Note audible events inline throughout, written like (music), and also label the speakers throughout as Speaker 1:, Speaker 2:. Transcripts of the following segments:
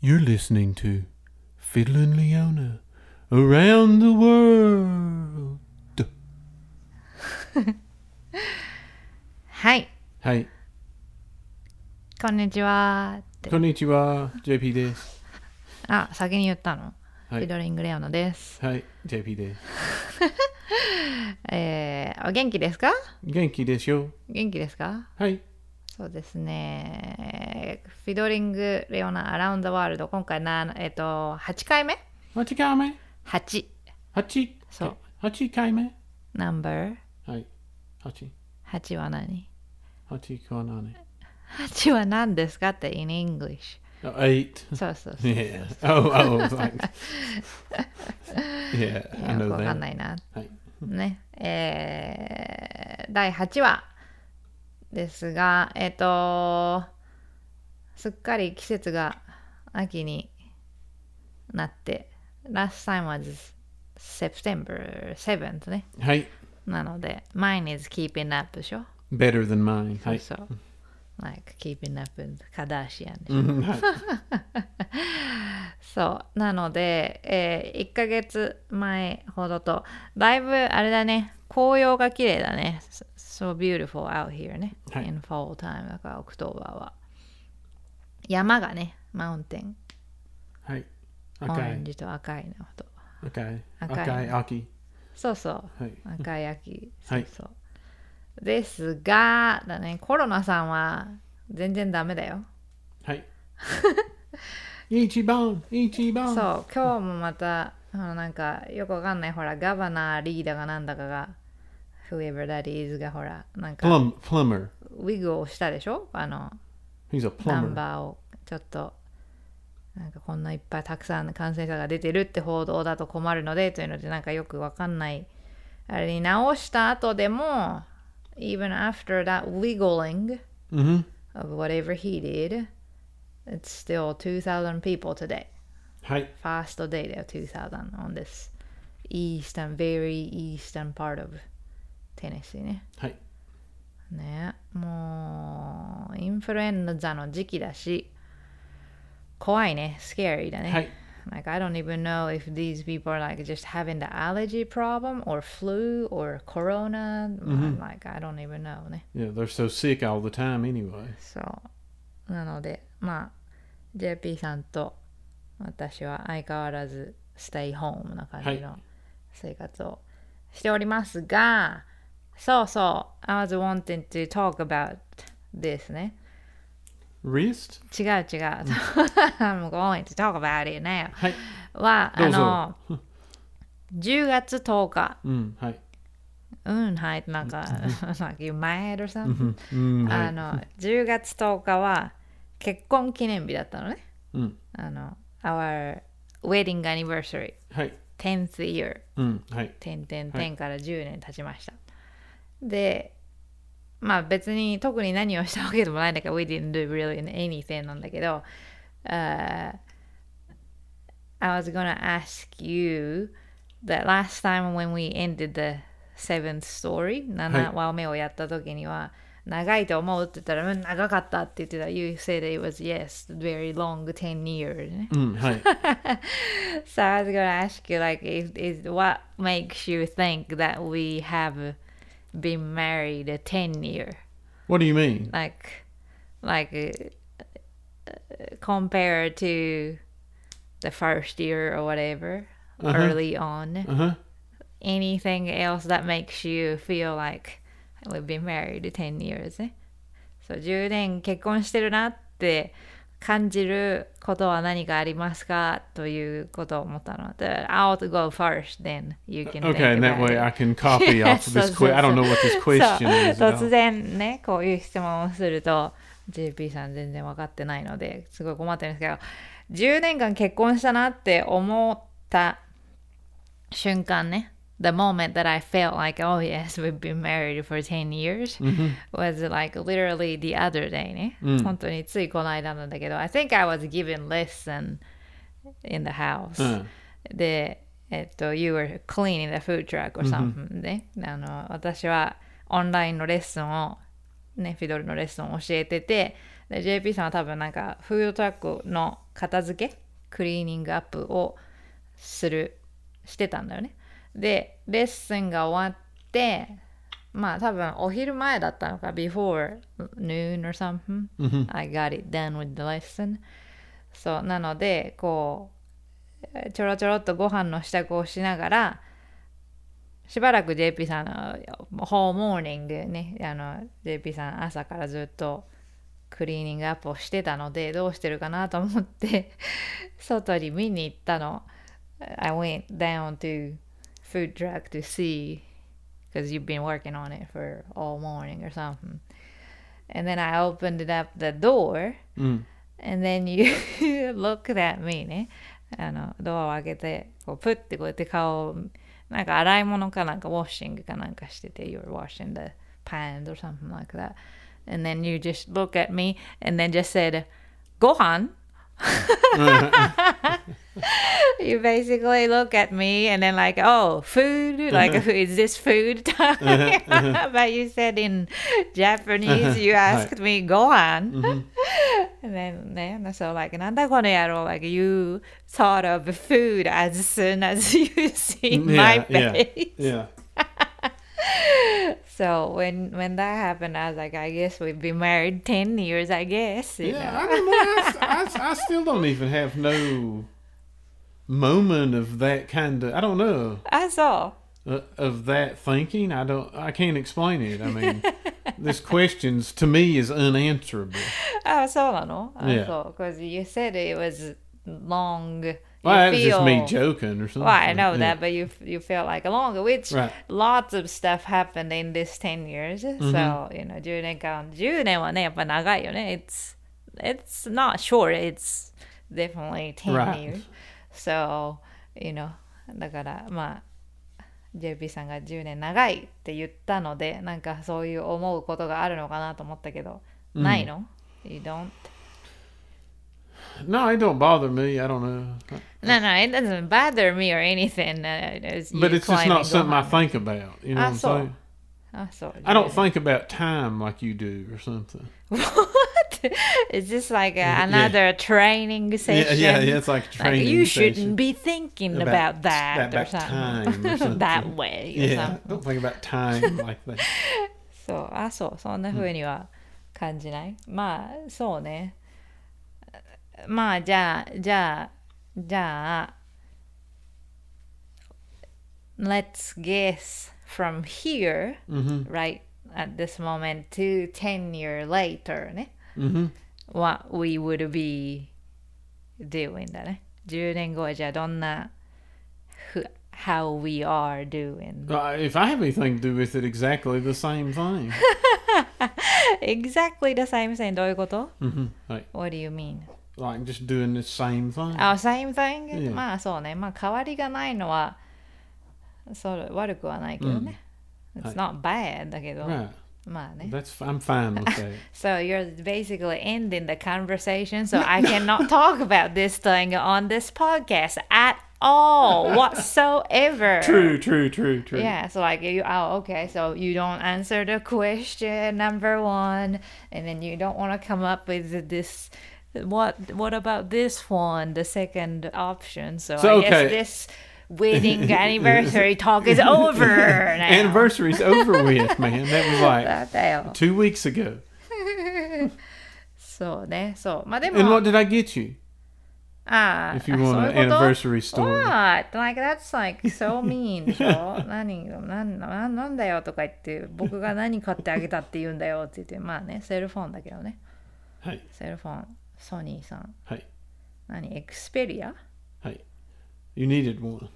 Speaker 1: You're listening to Fiddler and Leona around the world.
Speaker 2: はい
Speaker 1: はい、
Speaker 2: こんにちはって
Speaker 1: こんにちは、JP です。
Speaker 2: あ先に言ったの、
Speaker 1: はい
Speaker 2: フィドリングレオナです
Speaker 1: はい、JP です。
Speaker 2: えー、お元気ですか
Speaker 1: 元気ですよ。
Speaker 2: 元気ですか
Speaker 1: はい、
Speaker 2: そうですねフィドリングレオナアラウンドワールド今回なえっ、と8回目
Speaker 1: 8回目
Speaker 2: 8
Speaker 1: ?8?
Speaker 2: そう。
Speaker 1: 8回目
Speaker 2: ナンバー
Speaker 1: はい、8。
Speaker 2: 8は何
Speaker 1: 8かなね。
Speaker 2: 8は何ですかって in English
Speaker 1: Oh, 8.
Speaker 2: そうそうそう
Speaker 1: (laughs) Yeah. Oh, (laughs) oh, thanks. yeah, I
Speaker 2: よく
Speaker 1: know
Speaker 2: わかん
Speaker 1: that.
Speaker 2: ないな
Speaker 1: はい、
Speaker 2: ねえー第8話ですがえっ、とすっかり季節が秋になって last time was September 7th ね
Speaker 1: はい、
Speaker 2: なので mine is keeping up でしょ
Speaker 1: better than mine. (laughs) はい。
Speaker 2: そう like keeping up with Kardashian でしょ
Speaker 1: うんはい
Speaker 2: そうなので、え1ヶ月前ほどとだいぶあれだね紅葉が綺麗だね So beautiful out here ね、
Speaker 1: はい
Speaker 2: in fall time だからオクトーバーは山がねマウンテン
Speaker 1: はい。
Speaker 2: オレ
Speaker 1: 赤
Speaker 2: ン
Speaker 1: い。
Speaker 2: ジと赤いのと
Speaker 1: 赤い。
Speaker 2: 赤い
Speaker 1: 赤い。秋。
Speaker 2: そうそう
Speaker 1: はい。
Speaker 2: 赤い秋そ
Speaker 1: は
Speaker 2: う
Speaker 1: い
Speaker 2: そう、ですがだねコロナさんは全然ダメだよ (laughs)
Speaker 1: はい。一番、一番。
Speaker 2: そう今日もまたあのなんかよくわかんないほらガバナーリーダーがなんだかが whoever that is がほらなん
Speaker 1: プ
Speaker 2: か
Speaker 1: ラム、プラム。
Speaker 2: ウィグをしたでしょあの
Speaker 1: He's a
Speaker 2: ナン
Speaker 1: plumber.
Speaker 2: バーをちょっとなんかこんないっぱいたくさん感染者が出てるって報道だと困るのでというのでなんかよくわかんないあれに直した後でも even after that wiggling
Speaker 1: うん。
Speaker 2: of whatever he did it's still 2000 people today
Speaker 1: はい。
Speaker 2: first day of 2000 on this eastern, very eastern part of Tennessee ね。
Speaker 1: はい。
Speaker 2: ねもうインフルエンザの時期だし、怖いね、scary だね。
Speaker 1: はい。
Speaker 2: Like, I don't even know if these people are like just having the allergy problem or flu or corona. Like, I don't even know ね。
Speaker 1: Yeah, they're so sick all the time anyway.
Speaker 2: そう。なので、まあ、JP さんと私は相変わらずステイホームな感じの生活をしておりますが、そうそう、I was wanting to talk about this ね。
Speaker 1: Wrist?
Speaker 2: 違う違う。I'm (laughs) going to talk about it now.
Speaker 1: はい。
Speaker 2: は、
Speaker 1: ど
Speaker 2: あ
Speaker 1: うぞ
Speaker 2: の、10月10日、
Speaker 1: うん。はい。
Speaker 2: うん、はい、なんか、like (laughs) you mad or
Speaker 1: う
Speaker 2: something?
Speaker 1: ん。うん。は
Speaker 2: あ
Speaker 1: い。
Speaker 2: の、10月10日は結婚記念日だったのね。
Speaker 1: うん。
Speaker 2: あの、our wedding anniversary
Speaker 1: はい。
Speaker 2: 10th year
Speaker 1: うん。はい。
Speaker 2: 点点
Speaker 1: は
Speaker 2: 点から10年経ちました。で、まあ別に特に何をしたわけでもないんだけど、we didn't do really anything なんだけど、uh, I was gonna ask you that last time when we ended the seventh story、7話目をやった時には、長いと思うって言ったら、うん、長かったって言ってた。You said it was yes, very long, 10 years ね。
Speaker 1: うん。
Speaker 2: (laughs)
Speaker 1: はい。
Speaker 2: So I was gonna ask you, like, if, is what makes you think that we have been married a ten year,
Speaker 1: What do you mean?
Speaker 2: like, like uh, uh, compared to the first year or whatever, early on?
Speaker 1: Uh huh.
Speaker 2: Anything else that makes you feel like we've been married ten years? ね So 10年結婚してるなって感じることは何かありますかということを思ったので、I'll go first, then you can. think
Speaker 1: Okay, and that way
Speaker 2: about it.
Speaker 1: I can copy off of this
Speaker 2: (laughs) So-
Speaker 1: question. I don't know what this question
Speaker 2: そう
Speaker 1: is. at
Speaker 2: 突
Speaker 1: all.
Speaker 2: 然ねこういう質問をすると JP さん全然分かってないのですごい困ってるんですけど10年間結婚したなって思った瞬間ね The moment that I felt like, oh yes, we've been married for 10 years was like literally the other day ね、本当についこの間なんだけど I think I was given lesson in the house、
Speaker 1: うん
Speaker 2: で、えっと、You were cleaning the food truck or something で、あの私はオンラインのレッスンを、ね、フィドルのレッスンを教えてて、で JP さんは多分なんかフードトラックの片付けクリーニングアップをするしてたんだよねでレッスンが終わってまあ多分お昼前だったのか before noon or something I got it done with the lesson そうなのでこうちょろちょろっとご飯の支度をしながらしばらく JP さんのホーモーニングねあの JP さん朝からずっとクリーニングアップをしてたのでどうしてるかなと思って (laughs) 外に見に行ったの I went down to food truck to see because you've been working on it for all morning or something and then I opened it up the door
Speaker 1: Mm.
Speaker 2: and then you (laughs) looked at me ねあのドアを開けてこうプッてこうやって顔をなんか洗い物かなんかウォッシングかなんかしてて you were washing the pans or something like that and then you just look at me and then just said ご飯 (laughs) you basically look at me and then like oh food like is this food time (laughs) but you said in Japanese you asked me gohan and then then so like "なんだこの野郎," like you thought of food as soon as (laughs) you see my face (laughs)
Speaker 1: Yeah.
Speaker 2: so when when that happened I was like I guess we've been married 10 years I guess you
Speaker 1: Yeah,
Speaker 2: know
Speaker 1: I don't know. I, s- I s-
Speaker 2: (laughs)
Speaker 1: I still don't even have no moment of that kind of. I don't know
Speaker 2: I saw
Speaker 1: uh, of that thinking. I don't. I can't explain it. I
Speaker 2: (laughs)
Speaker 1: mean, this question's to me is unanswerable.
Speaker 2: あそうなのあ
Speaker 1: Yeah.
Speaker 2: そう。Because you said it was long. You
Speaker 1: Well, that was just me
Speaker 2: feel-
Speaker 1: joking or something.
Speaker 2: Well, I know
Speaker 1: Yeah.
Speaker 2: that, but you you feel like long, which
Speaker 1: Right. Mm-hmm.
Speaker 2: lots of stuff happened in this 10 years. So, you know, 10年間、10年はね、やっぱ長いよね。It's, it's not short, it's definitely 10
Speaker 1: Right.
Speaker 2: years. So, you know, だから、まあ、JP さんが10年長いって言ったので、なんかそういう思うことがあるのかなと思ったけど、ないの ?You don't?
Speaker 1: No, it don't bother me. I don't know.
Speaker 2: No, no, it doesn't bother me or anything. Uh, it's
Speaker 1: But
Speaker 2: you
Speaker 1: it's just
Speaker 2: climbing
Speaker 1: not something I
Speaker 2: Gohan.
Speaker 1: think about. You know what
Speaker 2: I
Speaker 1: I'm
Speaker 2: saw.
Speaker 1: saying?
Speaker 2: Ah, so
Speaker 1: I don't think about time like you do or something.
Speaker 2: What? Is this like a, another training
Speaker 1: Yeah,
Speaker 2: session?
Speaker 1: yeah, yeah. It's like a training.
Speaker 2: like you
Speaker 1: session.
Speaker 2: shouldn't be thinking
Speaker 1: About-
Speaker 2: about, that,
Speaker 1: about
Speaker 2: or something.
Speaker 1: time or something.
Speaker 2: (laughs) that way. Or
Speaker 1: Yeah,
Speaker 2: something.
Speaker 1: don't think about time (laughs) like that.
Speaker 2: そう、あ、そう、そんな風には感じない。まあ、そうね。まあ、じゃあ、じゃあ、じゃあ、Let's guess from here, right at this moment, to 10 year later ね。
Speaker 1: Mhm.
Speaker 2: What we would be doing だね。10年後はじゃあどんな、ふ how we are doing.
Speaker 1: Uh, if I have anything to do with it, exactly the same
Speaker 2: (laughs)
Speaker 1: thing.
Speaker 2: exactly the same thing どういうこと
Speaker 1: hmm Like,
Speaker 2: What do you mean?
Speaker 1: like just doing the same thing.
Speaker 2: あ、same thing?
Speaker 1: Yeah.
Speaker 2: まあそうね。まあ変わりがないのはそう悪くはないけどね。
Speaker 1: は
Speaker 2: It's
Speaker 1: い
Speaker 2: not bad だけど、
Speaker 1: Right.
Speaker 2: まあね。
Speaker 1: That's f- I'm fine with that.
Speaker 2: So you're basically ending the conversation, (laughs) so I cannot talk about this thing on this podcast at all whatsoever.
Speaker 1: true, true, true, true.
Speaker 2: Yeah, so like you oh okay, so you don't answer the question number one and then you don't wanna come up with this what what about this one, the second option. So,
Speaker 1: So,
Speaker 2: I
Speaker 1: okay.
Speaker 2: guess this
Speaker 1: (laughs)
Speaker 2: wedding anniversary talk is over now.
Speaker 1: Anniversary's over with, man. That was like
Speaker 2: だだよ。
Speaker 1: two weeks ago.
Speaker 2: そうね、そう。まあで
Speaker 1: And
Speaker 2: も
Speaker 1: what、did I get you?
Speaker 2: ああ、
Speaker 1: If you want
Speaker 2: あ
Speaker 1: an
Speaker 2: そういうこと
Speaker 1: anniversary story.
Speaker 2: What? Like, that's like so mean でしょ (laughs) 何なんなんなんだよとか言って僕が何買ってあげたって言うんだよって言ってまあねセルフォンだけどね
Speaker 1: はい
Speaker 2: セルフォンソニーさん
Speaker 1: はい
Speaker 2: 何エクスペリア
Speaker 1: You needed one.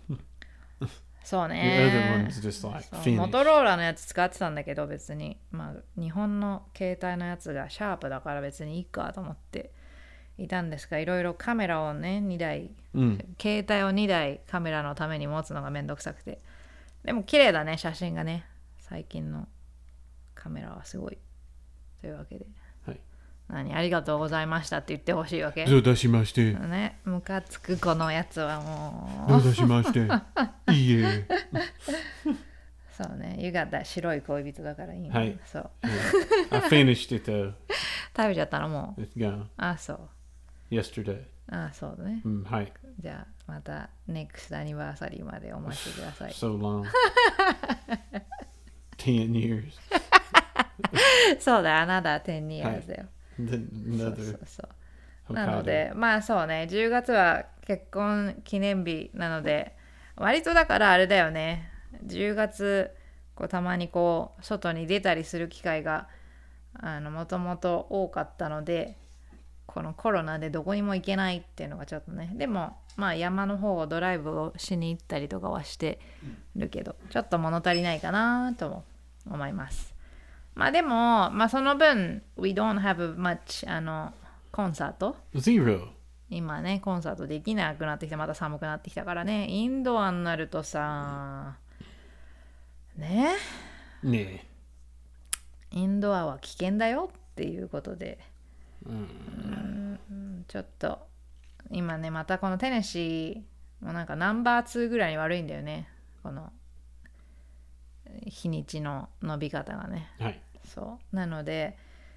Speaker 2: そう
Speaker 1: The other
Speaker 2: ね
Speaker 1: one's just like
Speaker 2: そうモ
Speaker 1: finished.
Speaker 2: トローラのやつ使ってたんだけど別にまあ日本の携帯のやつがシャープだから別にいいかと思っていたんですがいろいろカメラをね2台
Speaker 1: Mm.
Speaker 2: 携帯を2台カメラのために持つのがめんどくさくてでも綺麗だね写真がね最近のカメラはすごいというわけで、
Speaker 1: はい
Speaker 2: 何ありがとうございましたって言ってほしいわけ
Speaker 1: どう出しまして。
Speaker 2: ねムカつくこのやつはもう
Speaker 1: どう出しまして。いいえ。
Speaker 2: そうねゆがだ白い恋人だからいいね、
Speaker 1: はい
Speaker 2: そう
Speaker 1: I finished it though.
Speaker 2: 食べちゃったのもう
Speaker 1: It's gone
Speaker 2: あそう
Speaker 1: yesterday.
Speaker 2: あそうだね
Speaker 1: Mm, hi.
Speaker 2: じゃあまた NEXT アニバーサリーまでお待ちください
Speaker 1: So long. Ten years.
Speaker 2: そうだあなた10 years だよ、
Speaker 1: Then
Speaker 2: そう
Speaker 1: another
Speaker 2: そうそうなの
Speaker 1: Hokkaido.
Speaker 2: でまあそうね10月は結婚記念日なので割とだからあれだよね10月こうたまにこう外に出たりする機会があのもともと多かったのでこのコロナでどこにも行けないっていうのがちょっとねでもまあ山の方をドライブをしに行ったりとかはしてるけどちょっと物足りないかなとも思いますまあでもまあその分 We don't have much あのコンサート
Speaker 1: Zero.
Speaker 2: 今ねコンサートできなくなってきてまた寒くなってきたからねインドアになるとさね
Speaker 1: Nah.
Speaker 2: インドアは危険だよっていうことで
Speaker 1: Mm.
Speaker 2: ちょっと今ねまたこのテネシーもなんかナンバー2ぐらいに悪いんだよねこの日にちの伸び方がね
Speaker 1: Hi.
Speaker 2: そうなので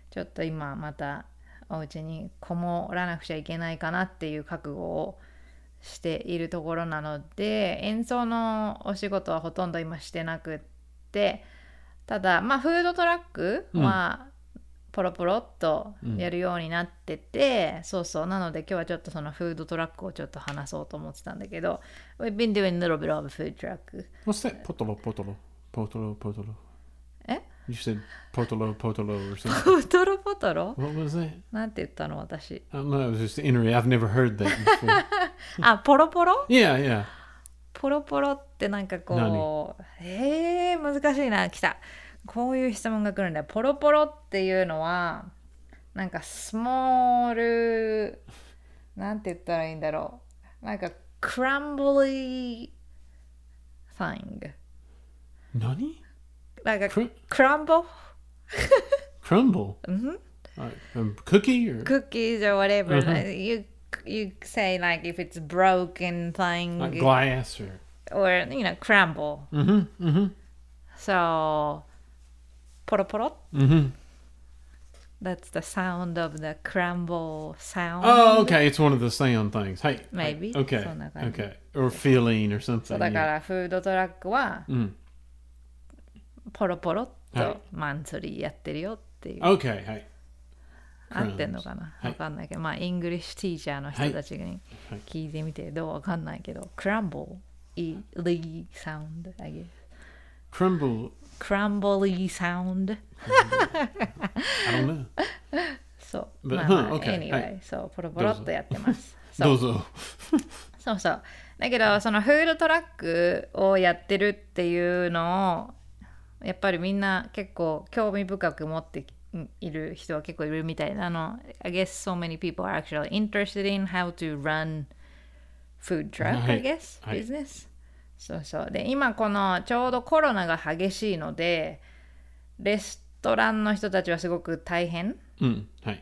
Speaker 2: ちょっと今またお家にこもらなくちゃいけないかなっていう覚悟をしているところなので演奏のお仕事はほとんど今してなくってただまあフードトラックはポロポロっとやるようになってて、そうそうなので今日はちょっとそのフードトラックをちょっと話そうと思ってたんだけど We've been doing a little bit of a food truck
Speaker 1: What's that? Potolo, potolo, potolo, potolo.
Speaker 2: Eh?
Speaker 1: You said potolo, potolo or something. (laughs)
Speaker 2: ポトロポトロ
Speaker 1: what was that?
Speaker 2: なんて言ったの私
Speaker 1: I don't know. It was just innery. I've never heard that
Speaker 2: (laughs)
Speaker 1: before.
Speaker 2: あポロポロ
Speaker 1: yeah, yeah.
Speaker 2: ポロポロってなんかこうえー、難しいな来たこういう質問が来るんだよポロポロっていうのはなんかスモールなんて言ったらいいんだろうなんかクランブリー thing
Speaker 1: Nani?
Speaker 2: なんか
Speaker 1: ク
Speaker 2: クランボ
Speaker 1: Crumble.
Speaker 2: Mm-hmm.
Speaker 1: Like, um, cookie or
Speaker 2: cookies or whatever、
Speaker 1: Mhm.
Speaker 2: you you say like if it's broken thing
Speaker 1: like glass or.
Speaker 2: or you know crumble
Speaker 1: Mm-hmm. Mm-hmm.
Speaker 2: so ポロポロ
Speaker 1: Mm-hmm.
Speaker 2: That's the sound of the crumble sound.
Speaker 1: Oh, okay. It's one of the sound things. Hey. hey,
Speaker 2: Maybe.
Speaker 1: Okay.
Speaker 2: So, like, I-
Speaker 1: Okay. Or feeling or something.
Speaker 2: そうだか
Speaker 1: yeah.
Speaker 2: らフードトラックは
Speaker 1: Mm.
Speaker 2: ポロポロっ
Speaker 1: は
Speaker 2: と
Speaker 1: い
Speaker 2: マンツリーやってるよっていう、
Speaker 1: Okay. Hey.
Speaker 2: 合ってんのかな、
Speaker 1: はい
Speaker 2: わかんないけどまあイングリッシュティーチャーの人たちに
Speaker 1: はい
Speaker 2: 聞いてみてどうわかんないけど、クランボーリーサウンド I guess
Speaker 1: Crumble.
Speaker 2: クランボリーサウンド
Speaker 1: I don't know.
Speaker 2: (laughs) そう
Speaker 1: But-
Speaker 2: まあ、ま
Speaker 1: huh,
Speaker 2: あ
Speaker 1: okay,
Speaker 2: anyway、
Speaker 1: は
Speaker 2: そうポロポロっとやってます
Speaker 1: (laughs)
Speaker 2: そう
Speaker 1: Dozo.
Speaker 2: そうそうだけどそのフードトラックをやってるっていうのをやっぱりみんな結構興味深く持っている人は結構いるみたいなあの I guess so many people are actually interested in how to run food truck、
Speaker 1: はい
Speaker 2: I guess
Speaker 1: はい
Speaker 2: business そうそうで今このちょうどコロナが激しいのでレストランの人たちはすごく大変
Speaker 1: Mm. Hey.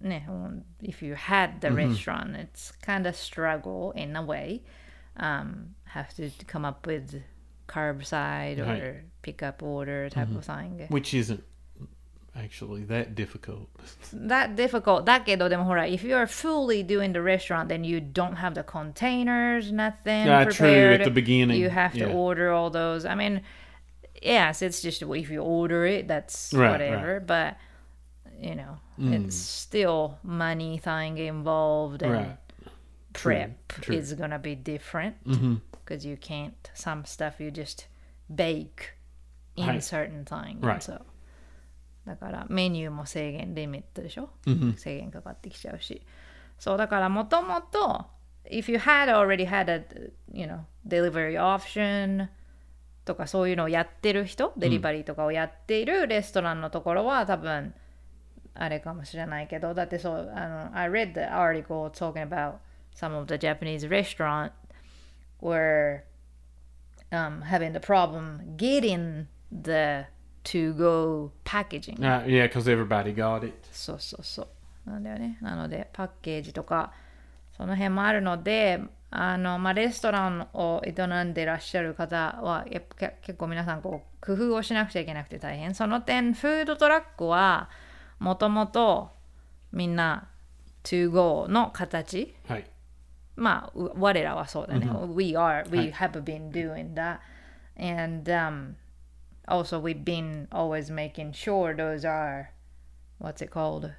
Speaker 2: ね、もう if you had the
Speaker 1: Mm-hmm.
Speaker 2: restaurant, it's kind of struggle in a way. Um, have to come up with curbside or
Speaker 1: Right. Mm-hmm.
Speaker 2: pick up order type of thing.
Speaker 1: Which isn't actually that difficult. (laughs)
Speaker 2: That difficult. だけどでもほら、if you're fully doing the restaurant, then you don't have the containers, nothing
Speaker 1: Yeah, true,
Speaker 2: prepared.
Speaker 1: at the beginning,
Speaker 2: you have to
Speaker 1: yeah.
Speaker 2: order all those. I mean, yes, it's just if you order it, that's
Speaker 1: Right, Mm.
Speaker 2: whatever. But you know, it's still money thing involved and.
Speaker 1: Right.
Speaker 2: prep
Speaker 1: true.
Speaker 2: is gonna be different
Speaker 1: Mm-hmm.
Speaker 2: because you can't some stuff you just bake in
Speaker 1: はい
Speaker 2: certain time
Speaker 1: Right.
Speaker 2: so だからメニューも制限リミットでしょ、制限かかってきちゃうしそうだからもともと if you had already had a you know delivery option とかそういうのをやってる人デリバリーとかをやっているレストランのところは多分あれかもしれないけどだってそうあの I read the article talking about some of the Japanese restaurant were um, having the problem getting the to go packaging
Speaker 1: Uh, yeah, because everybody got it.
Speaker 2: そうそうそうなんだよねなのでパッケージとかその辺もあるのであの、まあ、レストランを営んでらっしゃる方はやっぱけ結構皆さんこう工夫をしなくちゃいけなくて大変その点フードトラックはもともとみんな to go の形
Speaker 1: はい
Speaker 2: まあ、う我らはそうだね。We are,
Speaker 1: は
Speaker 2: we
Speaker 1: い
Speaker 2: have been doing that. And、um, also we've been always making sure those are, what's it called?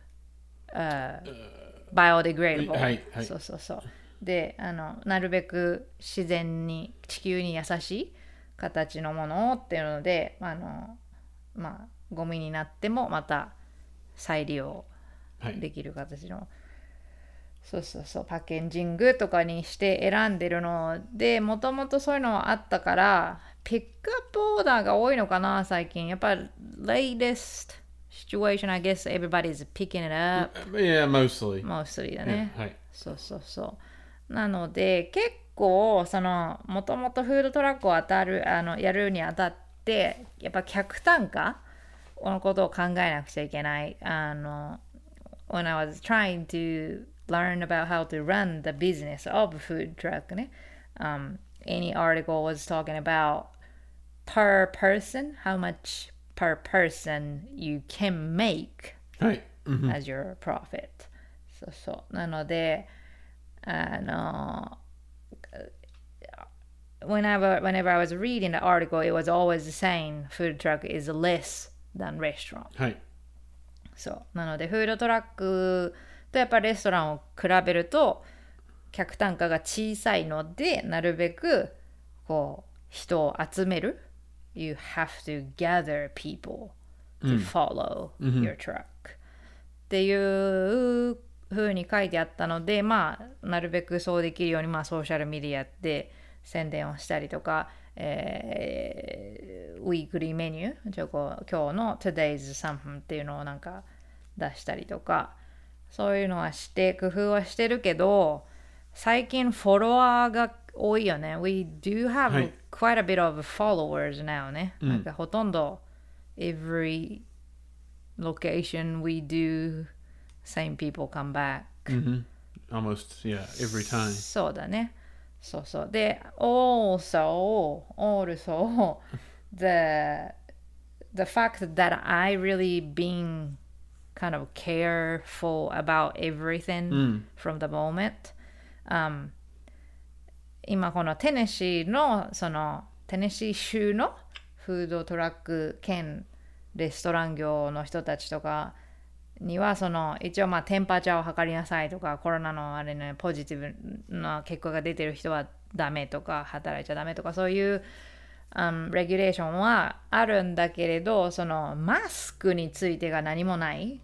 Speaker 2: あ biodegradable.
Speaker 1: はいはい
Speaker 2: そうそうそう。で、あの、なるべく自然に、地球に優しい形のものをっていうので、あの、まあ、ゴミになってもまた再利用
Speaker 1: はい
Speaker 2: できる形の、そうそうそうパッケージングとかにして選んでるのでもともとそういうのはあったからピックアップオーダーが多いのかな最近やっぱ latest situation I guess everybody's picking it up
Speaker 1: yeah mostly
Speaker 2: mostly だね、
Speaker 1: yeah, はい
Speaker 2: そうそうそうなので結構そのもともとフードトラックを当たるあのやるにあたってやっぱ客単価のことを考えなくちゃいけないあの When I was trying to learn about how to run the business of food truck ね、um, any article was talking about per person how much per person you can make
Speaker 1: はい、うん、
Speaker 2: as your profit そうそうなのであの whenever, whenever I was reading the article it was always saying food truck is less than restaurant
Speaker 1: はい
Speaker 2: そうなのでフードトラックとやっぱレストランを比べると客単価が小さいのでなるべくこう人を集める You have to gather people to follow your truck、っていう風に書いてあったのでまあなるべくそうできるようにまあソーシャルメディアで宣伝をしたりとか、えーウィークリーメニューじゃあこう今日の Today's 3分っていうのをなんか出したりとかそういうのはして工夫はしてるけど最近フォロワーが多いよね We do
Speaker 1: は
Speaker 2: have
Speaker 1: い
Speaker 2: quite a bit of followers now ね、なんかほとんど every location we do same people come back、
Speaker 1: Mm-hmm. almost yeah every time
Speaker 2: そうだねそうそうで also also (laughs) the the fact that I really been kind of careful about everything、from
Speaker 1: Mm.
Speaker 2: the moment、um, 今このテネシーのそのテネシー州のフードトラック兼レストラン業の人たちとかにはその一応まあテンパチャーを測りなさいとかコロナのあれねポジティブな結果が出てる人はダメとか働いちゃダメとかそういう、um, レギュレーションはあるんだけれどそのマスクについてが何もない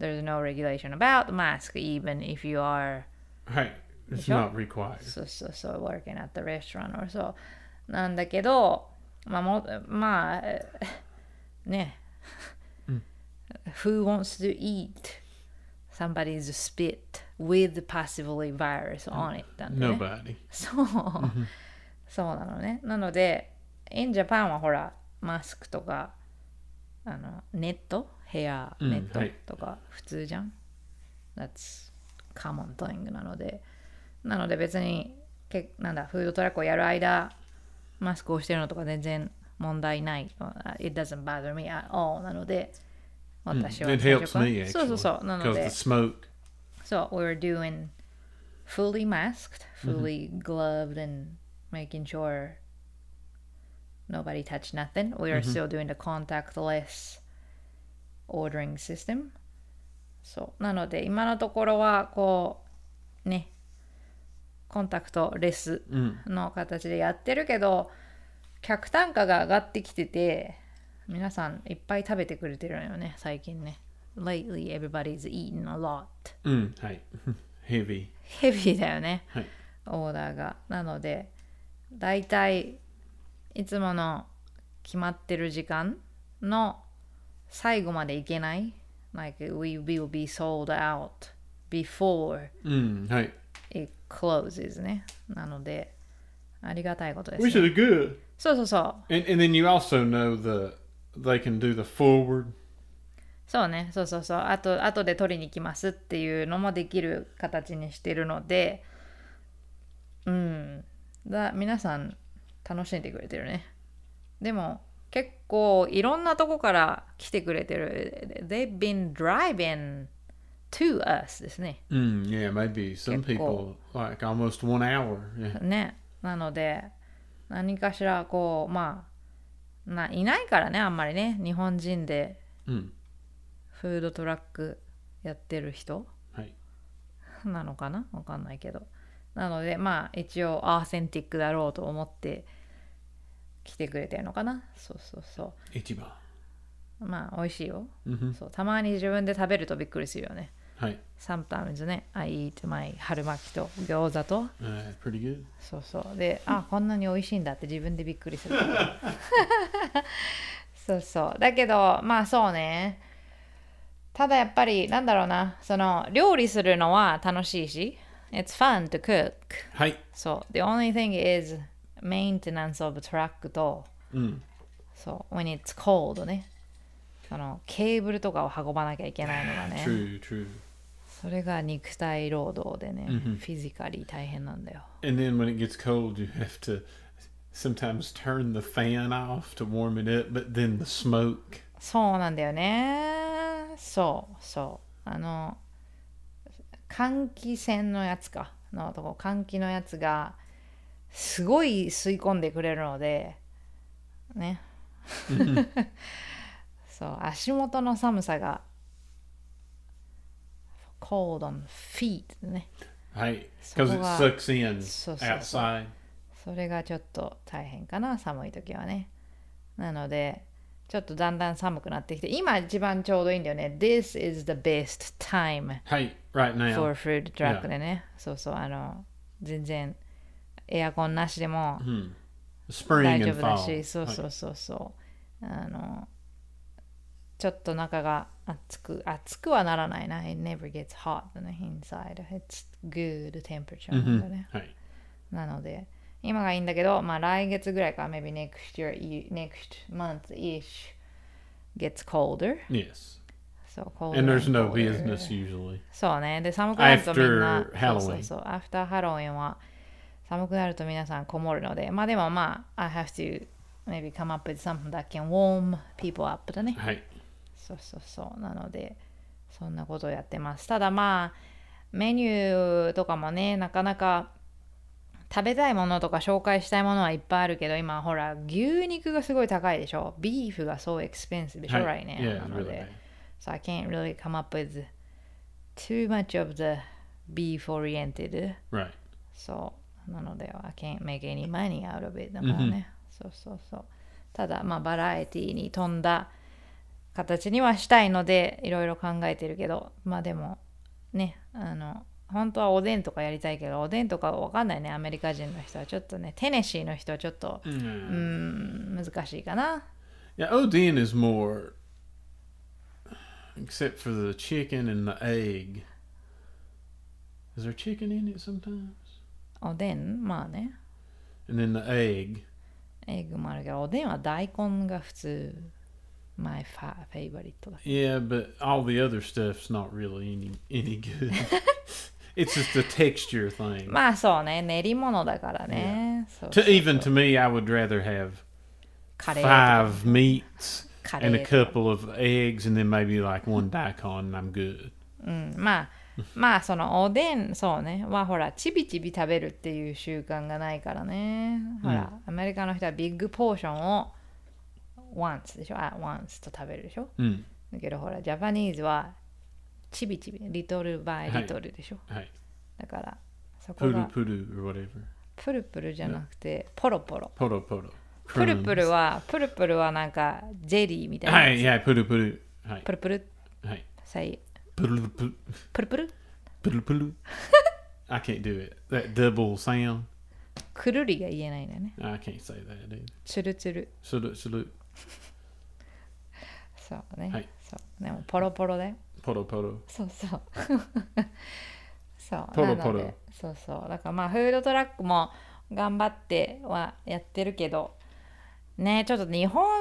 Speaker 2: There's no regulation about mask even if you are
Speaker 1: はい it's
Speaker 2: しょ
Speaker 1: not required
Speaker 2: そうそうそう、working at the restaurant or so なんだけど、まあ、もまあ、 (laughs) えね、Who wants to eat somebody's spit with possibly virus on it? eh? なんてね
Speaker 1: nobody
Speaker 2: そう。そうなのね。なので、in Japan はほら、マスクとか、あのネット、ヘア
Speaker 1: ん
Speaker 2: ネット
Speaker 1: はい
Speaker 2: とか普通じゃん。That's common thing なので。なので別に、けなんだ、フードトラックをやる間、マスクをしてるのとか全然問題ない。It doesn't bother me at all なので、私は
Speaker 1: it
Speaker 2: 最初
Speaker 1: helps
Speaker 2: から
Speaker 1: me actually
Speaker 2: そうそうそう。なの
Speaker 1: because the。
Speaker 2: で
Speaker 1: smoke
Speaker 2: So we were doing fully masked, fully gloved, and making sure nobody touched nothing. We were still doing the contactless ordering system. そうなので今のところはこうねコンタクトレス
Speaker 1: Mm,
Speaker 2: の形でやってるけど、客単価が上がってきてて皆さんいっぱい食べてくれてるのよね最近ね Lately everybody's eating a lot
Speaker 1: うんはい mm, (laughs) heavy
Speaker 2: ヘビーだよね
Speaker 1: はい
Speaker 2: オーダーがなのでだいたいいつもの決まってる時間の最後までいけない Like we will be sold out before
Speaker 1: うんはい
Speaker 2: it closes ねなのでありがたいことです、ね
Speaker 1: which is good
Speaker 2: そうそうそう
Speaker 1: And and then you also know the they can do the forward.
Speaker 2: そうねそうそうそうあと後で取りに来ますっていうのもできる形にしてるのでうんだ皆さん楽しんでくれてるねでも結構いろんなとこから来てくれてる They've been driving to us ですね
Speaker 1: Mm, yeah, maybe some
Speaker 2: Get
Speaker 1: people like almost one hour. Yeah.
Speaker 2: ねなので何かしらこうまあないないからねあんまりね日本人で
Speaker 1: Mm.
Speaker 2: フードトラックやってる人
Speaker 1: はい
Speaker 2: なのかなわかんないけどなのでまあ一応アーセンティックだろうと思って来てくれてるのかなそうそうそ
Speaker 1: Ichiban.
Speaker 2: うまあ美味しいよ
Speaker 1: Mm-hmm.
Speaker 2: そうたまに自分で食べるとびっくりするよね
Speaker 1: Hey,
Speaker 2: Sometimes ね I eat my 春巻きと餃子と
Speaker 1: uh, pretty good.
Speaker 2: そうそうであこんなに美味しいんだって自分でびっくりするそうそうだけどまあそうねただやっぱりなんだろうなその料理するのは楽しいし It's fun to cook
Speaker 1: Hey,
Speaker 2: そう The only thing is maintenance of truck と
Speaker 1: mm.
Speaker 2: そう When it's cold ねそのケーブルとかを運ばなきゃいけないのがね
Speaker 1: true, true.
Speaker 2: それが肉体労働でね、
Speaker 1: Mhm.
Speaker 2: フィジカリー大変なんだよ
Speaker 1: And then when it gets cold, you have to sometimes turn the fan off to warm it up, but then the smoke.
Speaker 2: そうなんだよねそうそうあの換気扇のやつかのとこ換気のやつがすごい吸い込んでくれるのでねそう足元の寒さが cold on feet ね
Speaker 1: Hey, because it
Speaker 2: そこが-
Speaker 1: sucks in
Speaker 2: そうそうそう。
Speaker 1: outside.
Speaker 2: それがちょっと大変かな寒い時はねなのでちょっとだんだん寒くなってきて今一番ちょうどいいんだよね This is the best time
Speaker 1: Hey, right now.
Speaker 2: for food truck でね、そうそうあの全然エアコンなしでも
Speaker 1: Hmm.
Speaker 2: 大
Speaker 1: Spring
Speaker 2: 丈
Speaker 1: and
Speaker 2: 夫だ
Speaker 1: fall.
Speaker 2: しそう
Speaker 1: Hey.
Speaker 2: そうそうそうあのちょっと中が暑く暑くはならないな It never gets hot on the inside It's good temperature なんだよね、
Speaker 1: Hey.
Speaker 2: なので今がいいんだけど、まあ来月ぐらいか、maybe next year, next month-ish gets colder.
Speaker 1: Yes.
Speaker 2: So colder
Speaker 1: And there's no
Speaker 2: colder.
Speaker 1: business usually.
Speaker 2: そうね。で、寒くなるとみんな、
Speaker 1: After Halloween.
Speaker 2: そうそうそう。After Halloween は寒くなると皆さんこもるので、まあでもまあ、I have to maybe come up with something that can warm people up だね。
Speaker 1: Hey.
Speaker 2: そうそうそうなのでそんなことをやってますただまあメニューとかもねなかなか食べたいものとか紹介したいものはいっぱいあるけど今ほら牛肉がすごい高いでしょビーフが so expensive でしょ、
Speaker 1: Hey.
Speaker 2: right now
Speaker 1: Yeah,
Speaker 2: な
Speaker 1: it's
Speaker 2: の
Speaker 1: really
Speaker 2: で
Speaker 1: bad.
Speaker 2: so I can't really come up with too much of the beef oriented
Speaker 1: Right.
Speaker 2: そうなので I can't make any money out of it だからね、そうそうそうただまあバラエティに富んだ形にはしたいのでいろいろ考えてるけどまあでもねあの本当はおでんとかやりたいけどおでんとかわかんないねアメリカ人の人はちょっとねテネシーの人はちょっと
Speaker 1: Mm.
Speaker 2: うーん難しいかな
Speaker 1: Yeah, Oden is more, except for the chicken and the egg. Is there chicken in it sometimes?
Speaker 2: おでんまあね
Speaker 1: And then the egg.
Speaker 2: エッグもあるけどおでんは大根が普通マイファフェイバリットだ
Speaker 1: Yeah, but all the other stuff's not really any any good. it's just a texture thing.
Speaker 2: まあそうね練り物だからね、そうそう
Speaker 1: To even to me, I would rather have
Speaker 2: カレーとか
Speaker 1: five meats
Speaker 2: カレ
Speaker 1: and a
Speaker 2: ーとか
Speaker 1: couple of eggs, and then maybe like one daikon, and I'm good.
Speaker 2: うん、まあまあそのおでんそうねはほらちびちび食べるっていう習慣がないからねほら、アメリカの人はビッグポーションを once でしょあ once と食べるでしょ
Speaker 1: Mm.
Speaker 2: だけどほらジャパニーズはちびちびリトルバイ
Speaker 1: はい
Speaker 2: リトルでしょ、
Speaker 1: はい
Speaker 2: だからそこ
Speaker 1: Pudu
Speaker 2: が
Speaker 1: pudu or whatever.
Speaker 2: プルプルじゃなくてポロポロ
Speaker 1: Poro poro.
Speaker 2: プル
Speaker 1: Crumbs.
Speaker 2: プルはプルプルはなんかジェリーみたいな、
Speaker 1: はい、はい、プルプル。はい、
Speaker 2: プルプル
Speaker 1: はい。
Speaker 2: さい
Speaker 1: プルプル、
Speaker 2: プルプル
Speaker 1: プルプ
Speaker 2: (laughs)
Speaker 1: ル。I can't do it. That double sound.
Speaker 2: くるりが言えないんだよね
Speaker 1: I can't say that, dude.
Speaker 2: つるつる
Speaker 1: Salute, salute.
Speaker 2: そうね、
Speaker 1: はい
Speaker 2: そうでもポロポロだよ
Speaker 1: Poro poro.
Speaker 2: そうそう (laughs) そう
Speaker 1: ポロ
Speaker 2: な
Speaker 1: ポロ
Speaker 2: のでそうそうだからまあフードトラックも頑張ってはやってるけどねちょっと日本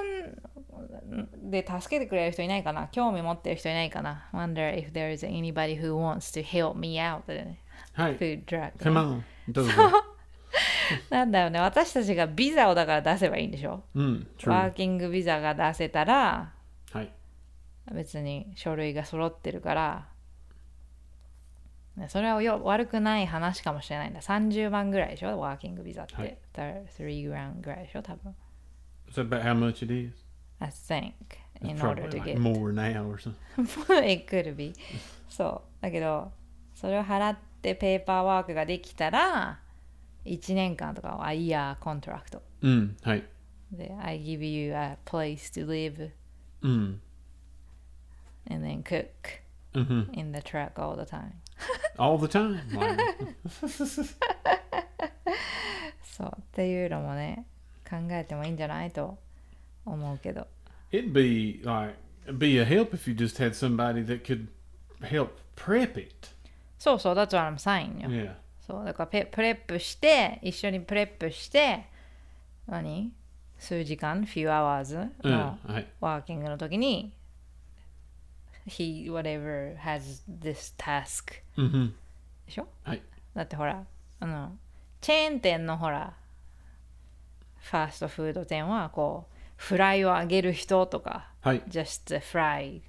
Speaker 2: で助けてくれる人いないかな興味持ってる人いないかな Wonder if there is anybody who wants to help me out だよね
Speaker 1: はい。
Speaker 2: food truck (laughs)
Speaker 1: Come on. どうぞ。
Speaker 2: なんだよね私たちがビザをだから出せばいいんでしょ
Speaker 1: うん、true. Mm,
Speaker 2: ワーキングビザが出せたら
Speaker 1: はい。
Speaker 2: 別に書類が揃ってるからねそれはよ悪くない話かもしれないんだ30万ぐらいでしょワーキングビザって、
Speaker 1: はい
Speaker 2: 3万ぐらいでしょ多分
Speaker 1: Is that about how much it is?
Speaker 2: I think
Speaker 1: It's
Speaker 2: in
Speaker 1: probably
Speaker 2: order to
Speaker 1: like
Speaker 2: get
Speaker 1: more now or something.
Speaker 2: (laughs) it could be そうだけどそれを払ってペーパーワークができたら1年間とかは a year contract
Speaker 1: うん、はい。
Speaker 2: で I give you a place to live
Speaker 1: うん。
Speaker 2: and then cook
Speaker 1: Mhm.
Speaker 2: in the truck all the time
Speaker 1: All the
Speaker 2: (laughs)
Speaker 1: time. Like,
Speaker 2: そうっていうのもね考えてもいいんじゃないと思うけど
Speaker 1: it'd be like it'd be a help if you just had somebody that could help prep it.
Speaker 2: そうそう That's what I'm saying よ、
Speaker 1: Yeah.
Speaker 2: そうだからペプレップして一緒にプレップして何数時間 few hours
Speaker 1: うん、
Speaker 2: の
Speaker 1: はい。
Speaker 2: ワーキングの時に、he whatever has this task
Speaker 1: うん
Speaker 2: でしょ
Speaker 1: はい。
Speaker 2: だってほらあのチェーン店のほらファーストフード店はこうフライをあげる人とか
Speaker 1: はい。
Speaker 2: just the frying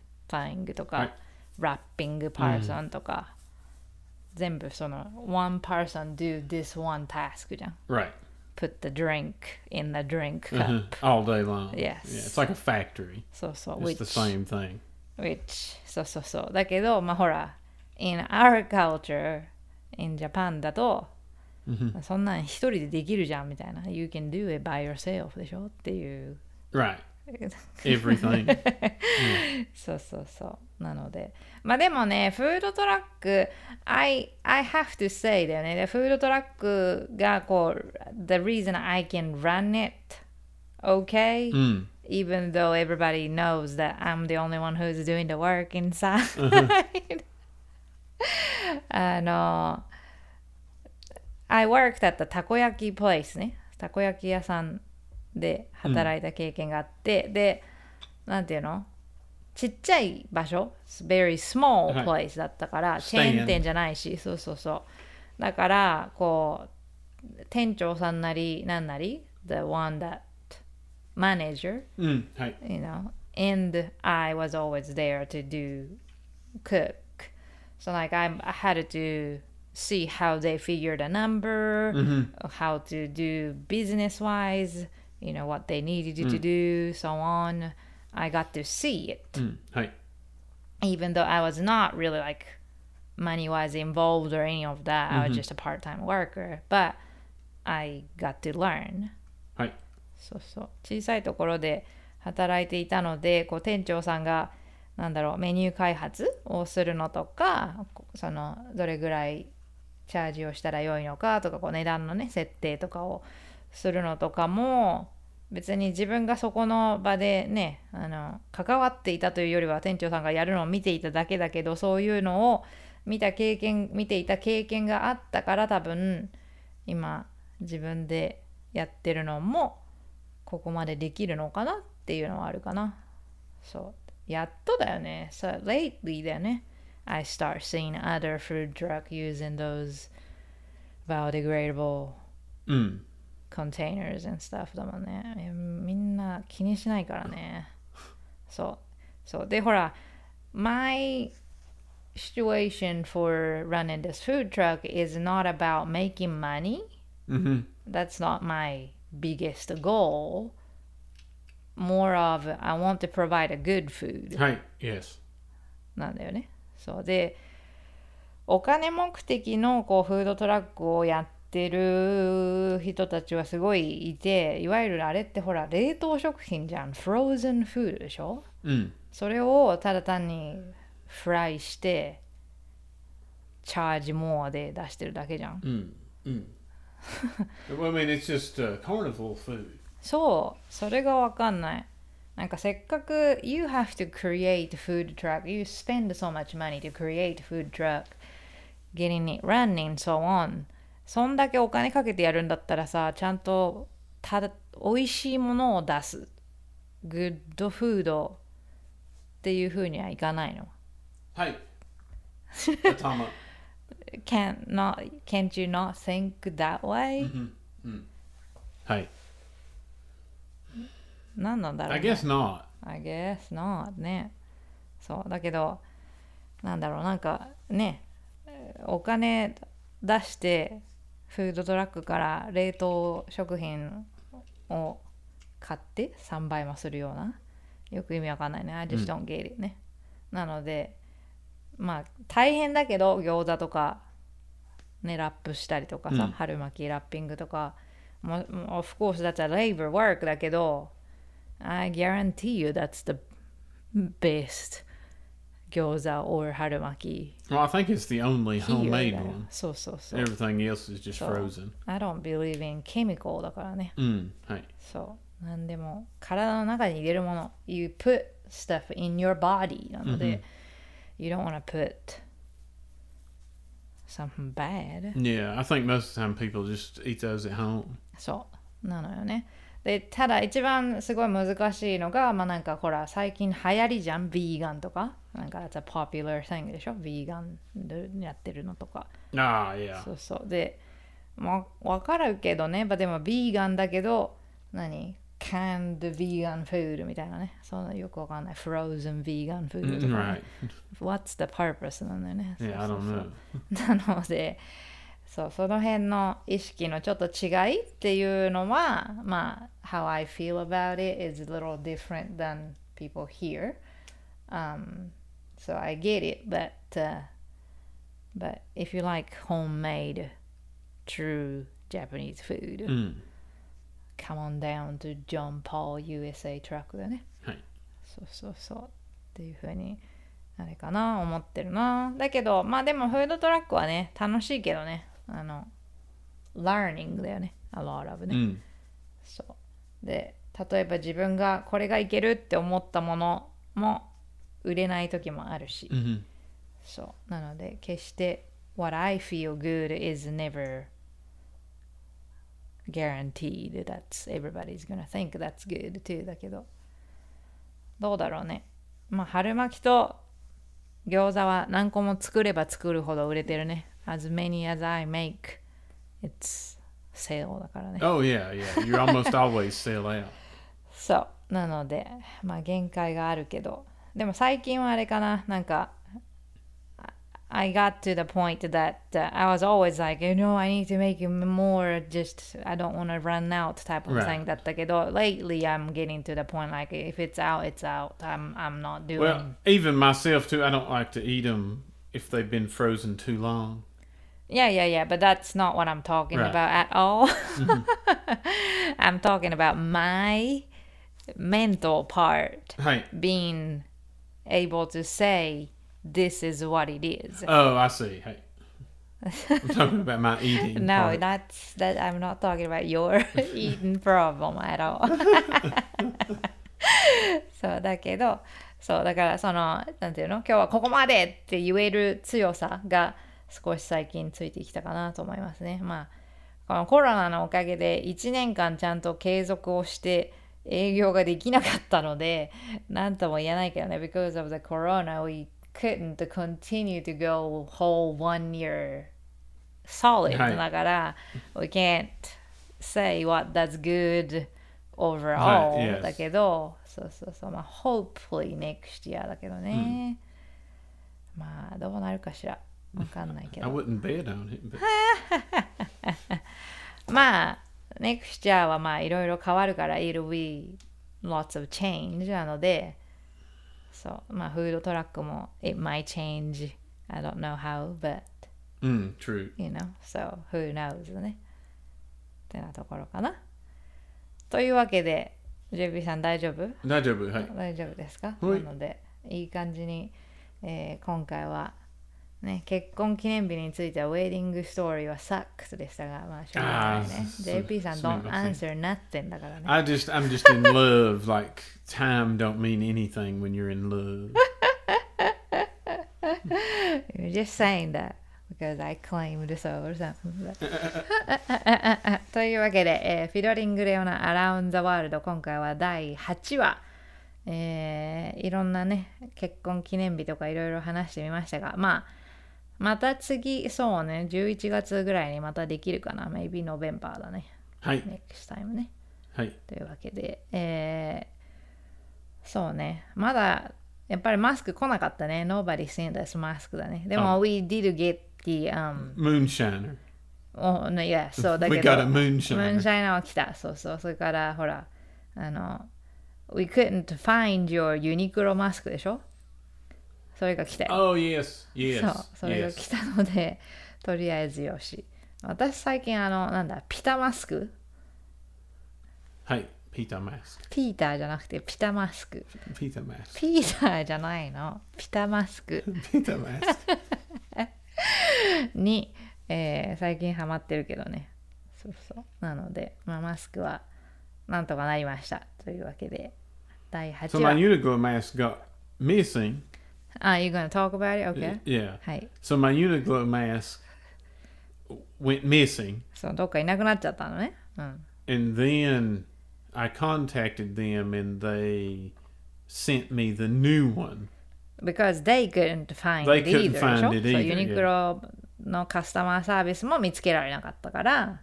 Speaker 2: とか、
Speaker 1: はい
Speaker 2: ラッピング person とか、全部その one person do this one task じゃん
Speaker 1: Right.
Speaker 2: put the drink in the drink cup、
Speaker 1: Mhm. All day long.
Speaker 2: Yes.
Speaker 1: Yeah, it's like a factory.
Speaker 2: そうそう
Speaker 1: It's the same thing.
Speaker 2: which そうそうそうだけどまあほら in our culture in Japan だと、そんなん一人でできるじゃんみたいな you can do it by yourself でしょっていう
Speaker 1: Right. Everything.
Speaker 2: そうそうそうなのでまあでもねフードトラック I, I have to say だよねでフードトラックがこう the reason I can run it okay、
Speaker 1: Mm.
Speaker 2: even though everybody knows that I'm the only one who's doing the work inside (laughs) あの I worked at the たこ焼き place ねたこ焼き屋さんで働いた経験があって、でなんていうのちっちゃい場所 very small
Speaker 1: は
Speaker 2: place だったから、
Speaker 1: Stand.
Speaker 2: チェーン店じゃないしそうそうそうだからこう店長さんなりなんなり the one that manager
Speaker 1: Mm. Hey.
Speaker 2: you know and i was always there to do cook so like i, I had to see how they figured a number how to do business wise you know what they needed you to do so on i got to see it
Speaker 1: Mm. Hey.
Speaker 2: even though i was not really like money wise involved or any of that i was just a part-time worker but i got to learn
Speaker 1: Hey.
Speaker 2: そうそう小さいところで働いていたのでこう店長さんがなんだろうメニュー開発をするのとかこそのどれぐらいチャージをしたら良いのかとかこう値段のね設定とかをするのとかも別に自分がそこの場でねあの関わっていたというよりは店長さんがやるのを見ていただけだけどそういうのを見た経験見ていた経験があったから多分今自分でやってるのもここまでできるのかなっていうのはあるかなそうやっとだよねそう lately だよね I start seeing other food truck using those biodegradable
Speaker 1: Mm.
Speaker 2: containers and stuff だもんねいやみんな気にしないからねそうそうでほら my situation for running this food truck is not about making money
Speaker 1: Mm-hmm.
Speaker 2: that's not my biggest goal more of I want to provide a good food
Speaker 1: Hey. Yes.
Speaker 2: なんだよねそうでお金目的のこうフードトラックをやってる人たちはすごいいていわゆるあれってほら冷凍食品じゃん frozen food でしょ
Speaker 1: Mm.
Speaker 2: それをただ単にフライしてチャージモアで出してるだけじゃん
Speaker 1: Mm. Mm. well, I mean, it's just uh, carnival food.
Speaker 2: そう、それがわかんない。なんかせっかく You have to create food truck, you spend so much money to create food truck, getting it running, so on. そんだけお金かけてやるんだったらさ、ちゃんとただ美味しいものを出す。グッドフードっていうふうにはいかないの。
Speaker 1: Hey. Atama.
Speaker 2: Can not, can't you not think that way?
Speaker 1: Hey,
Speaker 2: 何なんだろう
Speaker 1: I
Speaker 2: ね
Speaker 1: guess not.
Speaker 2: I guess not ねそうだけどなんだろうなんかねお金出してフードトラックから冷凍食品を買って3倍もするようなよく意味わかんないね I just don't get it ね、なのでまあ大変だけど餃子とかねラップしたりとかさ、
Speaker 1: うん
Speaker 2: 春巻きラッピングとかももう of course that's a labor work だけど I guarantee you that's the best 餃子 or 春巻
Speaker 1: Well, I think it's the only
Speaker 2: き here
Speaker 1: homemade
Speaker 2: だよ
Speaker 1: one.
Speaker 2: そうそうそう
Speaker 1: Everything else is just
Speaker 2: So-
Speaker 1: frozen.
Speaker 2: I don't believe in chemical だからね
Speaker 1: Mm. Hey,
Speaker 2: そう何でも体の中に入れるもの You put stuff in your body なの
Speaker 1: Mm-hmm.
Speaker 2: で、You don't want to put something bad
Speaker 1: yeah, I think most of the time people just eat those at home.
Speaker 2: そうなのよねでただ一番すごい難しいのがまあなんかほら最近流行りじゃんビーガンとかなんか that's a popular thing でしょビーガンでやってるのとか
Speaker 1: Ah, yeah.
Speaker 2: そうそうでまあ分からんけどねまあでもビーガンだけど何 canned vegan food みたいなねそんなよくわかんない frozen vegan food と
Speaker 1: Mm,
Speaker 2: かね、
Speaker 1: right.
Speaker 2: what's the purpose なんだよね
Speaker 1: Yeah,
Speaker 2: そ
Speaker 1: I
Speaker 2: うそう
Speaker 1: don't
Speaker 2: そう
Speaker 1: know.
Speaker 2: なので (laughs) そうその辺の意識のちょっと違いっていうのはまあ How I feel about it is a little different than people here、um, So I get it but、uh, but if you like homemade true Japanese food、
Speaker 1: Mm.
Speaker 2: come on down to John Paul USA トラックだね
Speaker 1: はい
Speaker 2: そうそうそうっていう風にあれかな思ってるなだけどまあでもフードトラックはね楽しいけどねあの learning だよね a lot of ね、
Speaker 1: Mm.
Speaker 2: そうで例えば自分がこれがいけるって思ったものも売れない時もあるし、
Speaker 1: hmm
Speaker 2: そうなので決して What I feel good is never guaranteed that's everybody's gonna think that's good too だけどどうだろうねまあ春巻きと餃子は何個も作れば作るほど売れてるね As many as I make it's sale だからね
Speaker 1: Oh, yeah, yeah. You almost always sell out.
Speaker 2: そうなのでまあ限界があるけどでも最近はあれかななんか I I got to the point that、I was always like you know I need to make more just I don't want to run out type of
Speaker 1: Right.
Speaker 2: thing だったけど lately I'm getting to the point like if it's out it's out I'm, I'm not doing
Speaker 1: Well, even myself, too, I don't like to eat them if they've been frozen too long.
Speaker 2: Yeah, yeah, yeah, but that's not what I'm talking
Speaker 1: Right. Mm-hmm.
Speaker 2: about at all. (laughs) I'm talking about my mental part
Speaker 1: Hey,
Speaker 2: being able to say this is what it is.
Speaker 1: oh, I see. Hey, I'm talking about my eating. (laughs)
Speaker 2: No,
Speaker 1: part.
Speaker 2: that's that. I'm not talking about your (laughs) eating problem at all. (laughs) そうだけど、そうだからそのなんていうの、今日はここまでって言える強さが少し最近ついてきたかなと思いますね。まあこのコロナのおかげで1年間ちゃんと継続をして営業ができなかったので、なんとも言えないけどね、because of the corona we couldn't continue to go whole one year solid
Speaker 1: はい
Speaker 2: だから we can't say what that's good overall、
Speaker 1: はい yes
Speaker 2: だけどそうそうそうまあ hopefully next year だけどね、まあどうなるかしらわかんないけ
Speaker 1: I
Speaker 2: ど
Speaker 1: wouldn't bet on it, but
Speaker 2: まあ next year はまあいろいろ変わるから it'll be lots of change なのでそうまあフードトラックも it might change I don't know how but
Speaker 1: mm, true.
Speaker 2: you know, so who knows ね。ってなところかな。というわけで、ジェビーさん大丈夫
Speaker 1: Dajabu, hey.
Speaker 2: 大丈夫ですか、
Speaker 1: はい
Speaker 2: なので、いい感じに、えー今回は、ね、結婚記念日については、ウェディングストーリーはサックスでしたが、まあ、しょうがない
Speaker 1: あ
Speaker 2: ね
Speaker 1: ー。す
Speaker 2: JP さん、
Speaker 1: すみま
Speaker 2: don't
Speaker 1: せん
Speaker 2: answer nothing だからね。
Speaker 1: I just, I'm just (laughs) in love. Like time don't mean anything when you're in (laughs) love.
Speaker 2: You're just saying that because I claimed so or something. but- (laughs) というわけで、えーフィドリングレオナ Around the World 今回は第8話、えーいろんなね結婚記念日とかいろいろ話してみましたがまあまた次そうね11月ぐらいにまたできるかな maybe November だね
Speaker 1: はい
Speaker 2: next time ね
Speaker 1: はい
Speaker 2: というわけで、えーそうねまだやっぱりマスク来なかったね Nobody sent us マスクだねでも、we did get the um
Speaker 1: moonshiner
Speaker 2: oh no yeah そうだ
Speaker 1: we
Speaker 2: けど
Speaker 1: got a moonshiner
Speaker 2: ムーンシャイナーは来た。そうそう。それから、ほら、あの、We couldn't find your Uniqlo mask でしょそれが来たよ。
Speaker 1: oh yes
Speaker 2: そう
Speaker 1: yes、
Speaker 2: それが来
Speaker 1: yes
Speaker 2: たので、とりあえずよし。私最近、あの、なんだ、ピタマスク
Speaker 1: はいピーターマスク
Speaker 2: ピーターじゃなくてピタマスク。
Speaker 1: ピーターマ (laughs) スク
Speaker 2: ピーターじゃないの。ピタマスク
Speaker 1: ピーターマスク
Speaker 2: に、えー最近ハマってるけどね。そうそう。なので、まあ、マスクはなんとかなりました。というわけで、第
Speaker 1: so
Speaker 2: 8話。
Speaker 1: my unicorn mask got missing
Speaker 2: Ah, you're gonna talk about it? Okay.
Speaker 1: yeah
Speaker 2: はい。
Speaker 1: so my unicorn mask went missing
Speaker 2: そう、どっかいなくなっちゃったのね。うん。
Speaker 1: and then I contacted them and they sent me the new one.
Speaker 2: Because they couldn't find
Speaker 1: They
Speaker 2: it
Speaker 1: couldn't
Speaker 2: either. でしょ
Speaker 1: find it
Speaker 2: そう
Speaker 1: either,
Speaker 2: ユニクロのカスタマーサービスも見つけられなかったから、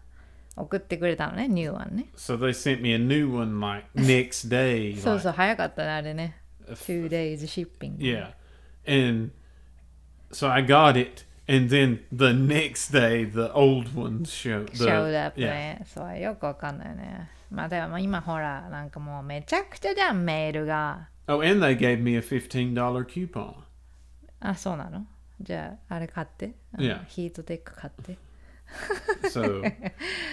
Speaker 2: 送ってくれたのね、ニューワンね。
Speaker 1: So they sent me a new one
Speaker 2: (laughs)
Speaker 1: like next day.
Speaker 2: そう
Speaker 1: like,
Speaker 2: そう、早かったね、あれね。
Speaker 1: a f-
Speaker 2: Two days shipping.
Speaker 1: yeah. And so I got it and then the next day the old one showed the,
Speaker 2: Showed up
Speaker 1: Yeah.
Speaker 2: ね。そう、よくわかんないね。まあ、でも今ほら、なんかもうめちゃくちゃじゃん、メールが。
Speaker 1: Oh, and they gave me a fifteen dollar coupon.
Speaker 2: あ、そうなのじゃあ、あれ買って。あの
Speaker 1: Yeah.
Speaker 2: ヒートテック買って。 (laughs)
Speaker 1: So I,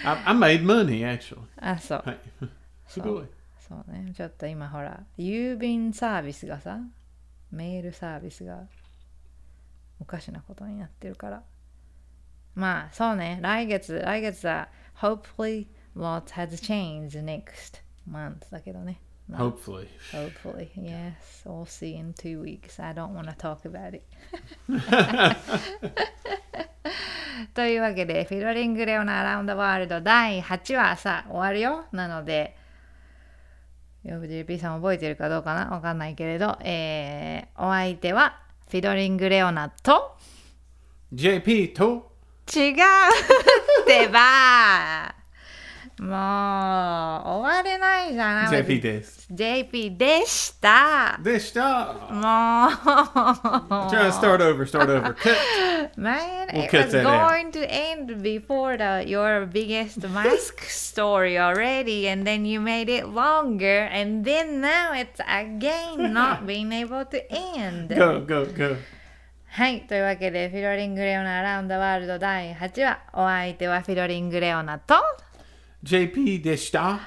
Speaker 1: I made money actually.
Speaker 2: あ、そう。
Speaker 1: Hey, (laughs)
Speaker 2: So- そうね、ちょっと今ほら、郵便サービスがさ、メールサービスがおかしなことになってるから。まあそうね、来月、来月は、hopefully lot has changed next month だけどね。
Speaker 1: Hopefully.
Speaker 2: Hopefully, yes, we'll see in two weeks. I don't want to talk about it. (laughs) というわけで、フィロリングレオナアラウンドワールド第8話さ、終わるよ。なので、JP さん覚えてるかどうかなわかんないけれど、えー、お相手はフィドリングレオナと
Speaker 1: JP to
Speaker 2: 違うってばもう終われないじゃない
Speaker 1: JP です。
Speaker 2: JP でした
Speaker 1: でした。
Speaker 2: もう
Speaker 1: Try to start over, start over. Cut.
Speaker 2: Man,
Speaker 1: We'll
Speaker 2: it
Speaker 1: cut
Speaker 2: was
Speaker 1: that out.
Speaker 2: going to end before the, your biggest mask story already, and then you made it longer, and then now it's again not being able to end.
Speaker 1: Go, go, go.
Speaker 2: はい、というわけで、フィロリングレオナアラウンドワールド第8話、お相手はフィロリングレオナと、
Speaker 1: JP でした。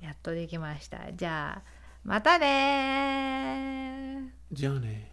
Speaker 2: やっとできました。じゃあ、またねー。
Speaker 1: Johnny.